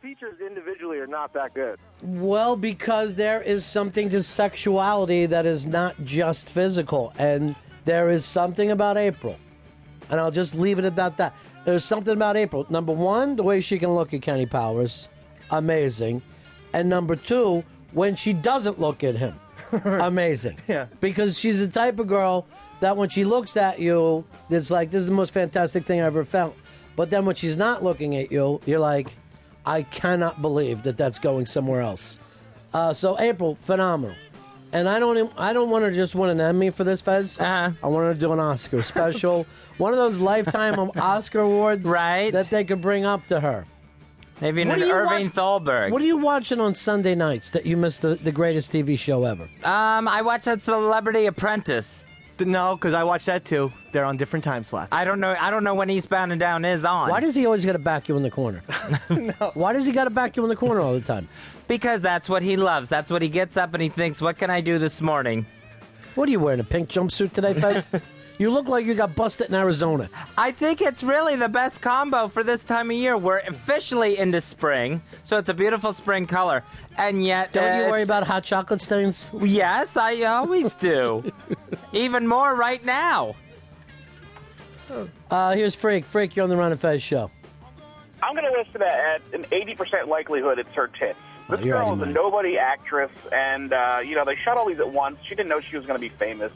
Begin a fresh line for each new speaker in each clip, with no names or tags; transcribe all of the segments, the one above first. features individually are not that good.
Well, because there is something to sexuality that is not just physical, and there is something about April. And I'll just leave it about that. There's something about April. Number one, the way she can look at Kenny Powers, amazing. And number two, when she doesn't look at him, amazing.
Yeah.
Because she's the type of girl that when she looks at you, it's like, this is the most fantastic thing I ever felt. But then when she's not looking at you, you're like, I cannot believe that that's going somewhere else. Uh, so April, phenomenal. And I don't, I don't want to just win an Emmy for this, Fez.
Uh-huh.
I want her to do an Oscar special, one of those lifetime of Oscar awards,
Right.
That they could bring up to her.
Maybe in
What
an
do you
Irving
watch-
Thalberg.
What are you watching on Sunday nights that you missed the, the greatest TV show ever?
um, I watched that Celebrity Apprentice.
No, because I watched that too. They're on different time slots.
I don't know. I don't know when Eastbound and Down is on.
Why does he always got to back you in the corner? Why does he got to back you in the corner all the time?
Because that's what he loves. That's what he gets up and he thinks, "What can I do this morning?"
What are you wearing? A pink jumpsuit today, Fez? you look like you got busted in Arizona.
I think it's really the best combo for this time of year. We're officially into spring, so it's a beautiful spring color, and yet
Don't
uh,
you worry
it's-
about hot chocolate stains?
Yes, I always do. Even more right now.
Uh, here's Freak. Freak, you're on the Ron and Fez show.
I'm going to list that at an 80% likelihood it's her tits. This
Oh, you're out
girl
of
is a
mind.
nobody actress, and, uh, you know, they shot all these at once. She didn't know she was going to be famous.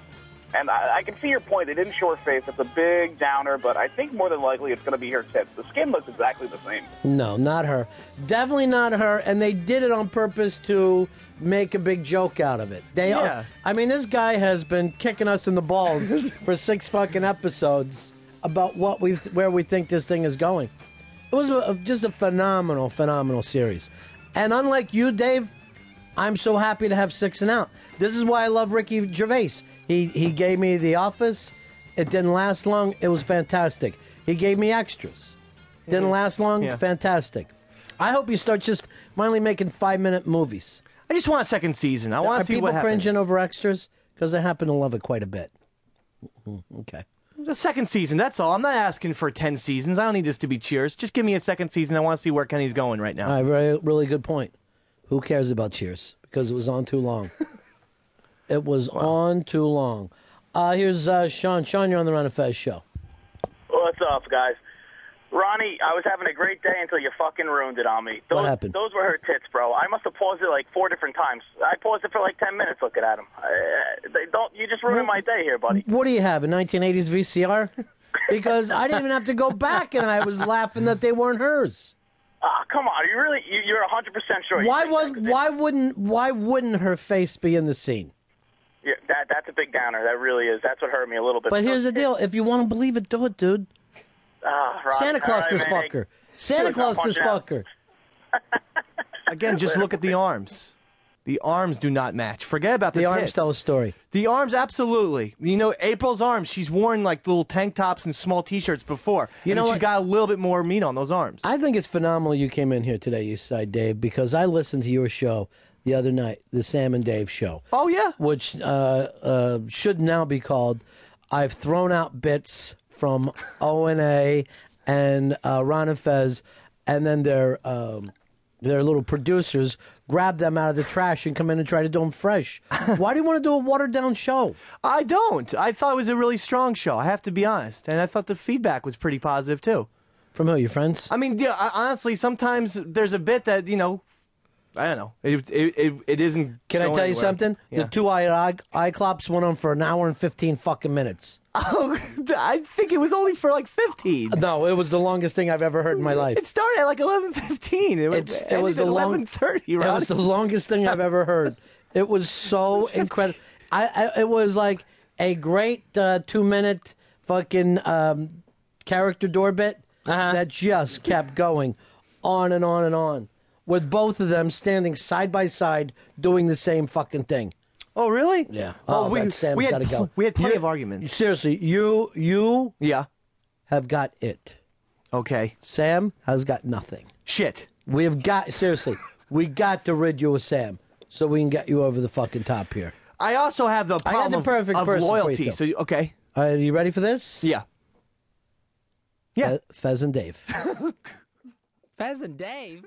And I, I can see your point. They didn't show her face. It's a big downer, but I think more than likely it's going to be her tits. The skin looks exactly the same.
No, not her. Definitely not her. And they did it on purpose to make a big joke out of it. They
Yeah.
are. I mean, this guy has been kicking us in the balls for six fucking episodes about what we where we think this thing is going. It was a, just a phenomenal, phenomenal series. And unlike you, Dave, I'm so happy to have Six and Out. This is why I love Ricky Gervais. He he gave me The Office. It didn't last long. It was fantastic. He gave me extras. Didn't last long.
Yeah.
Fantastic. I hope you start just finally making five minute movies.
I just want a second season. I want
Are
to see
people
what happens.
cringing over extras? Because I happen to love it quite a bit. Mhm, Okay.
A second season. That's all. I'm not asking for ten seasons. I don't need this to be Cheers. Just give me a second season. I want to see where Kenny's going right now.
All right, very, really good point. Who cares about Cheers? Because it was on too long. it was on too long. Uh, here's uh, Sean. Sean, you're on the Ron and Fez show.
What's up, guys? Ronnie, I was having a great day until you fucking ruined it on me. Those,
What happened?
Those were her tits, bro. I must have paused it like four different times. I paused it for like ten minutes looking at them. I, they don't. You just ruined my day here, buddy.
What do you have, a 1980s VCR? Because I didn't even have to go back and I was laughing that they weren't hers.
Ah, come on. You really? You, you're hundred percent sure. you
Why
think
was
that, 'cause it-
why wouldn't why wouldn't her face be in the scene?
Yeah, that that's a big downer. That really is. That's what hurt me a little bit.
But here's the deal, if you want to believe it, do it, dude.
Ah, Ronnie,
Santa
all
Claus
right,
this
man.
fucker. Santa
Dude,
Claus
I'm
this
punching out.
fucker.
Again, just look at the arms. The arms do not match. Forget about the,
The arms
tits.
tell a story.
The arms, absolutely. You know, April's arms. She's worn like little tank tops and small T-shirts before.
You
I mean,
know
she's
what?
got a little bit more meat on those arms.
I think it's phenomenal you came in here today, you side Dave, because I listened to your show the other night, the Sam and Dave show.
oh yeah.
which uh, uh, should now be called I've Thrown Out Bits from ONA and uh, Ron and Fez, and then their, um, their little producers grab them out of the trash and come in and try to do them fresh. Why do you want to do a watered down show?
I don't. I thought it was a really strong show. I have to be honest, and I thought the feedback was pretty positive too.
From who, your friends?
I mean, yeah, I, honestly, sometimes there's a bit that you know, I don't know. It it it, it isn't.
Can I
going
tell you
anywhere.
something?
Yeah.
The two eyed Cyclops went on for an hour and 15 fucking minutes.
Oh, I think it was only for like fifteen.
No, it was the longest thing I've ever heard in my life.
It started at like eleven fifteen. It,
It's-
it was
the long-
eleven thirty.
It was the longest thing I've ever heard. It was so incredible. I, I it was like a great uh, two minute fucking um, character door bit
Uh-huh.
that just kept going on and on and on with both of them standing side by side doing the same fucking thing.
Oh, really?
Yeah.
Oh,
Oh,
we,
that Sam's
we had
gotta
pl-
go.
We had plenty
You-
of arguments.
Seriously, you you
Yeah.
have got it.
Okay.
Sam has got nothing.
Shit.
We have got seriously. We got to rid you of Sam so we can get you over the fucking top here.
I also have the
got
problem
the
of-
perfect
of,
person for you,
loyalty.
though.
So you- okay.
Are Uh, you ready for this?
Yeah. Yeah.
Uh, Fe- Fez and Dave.
Pheasant Dave.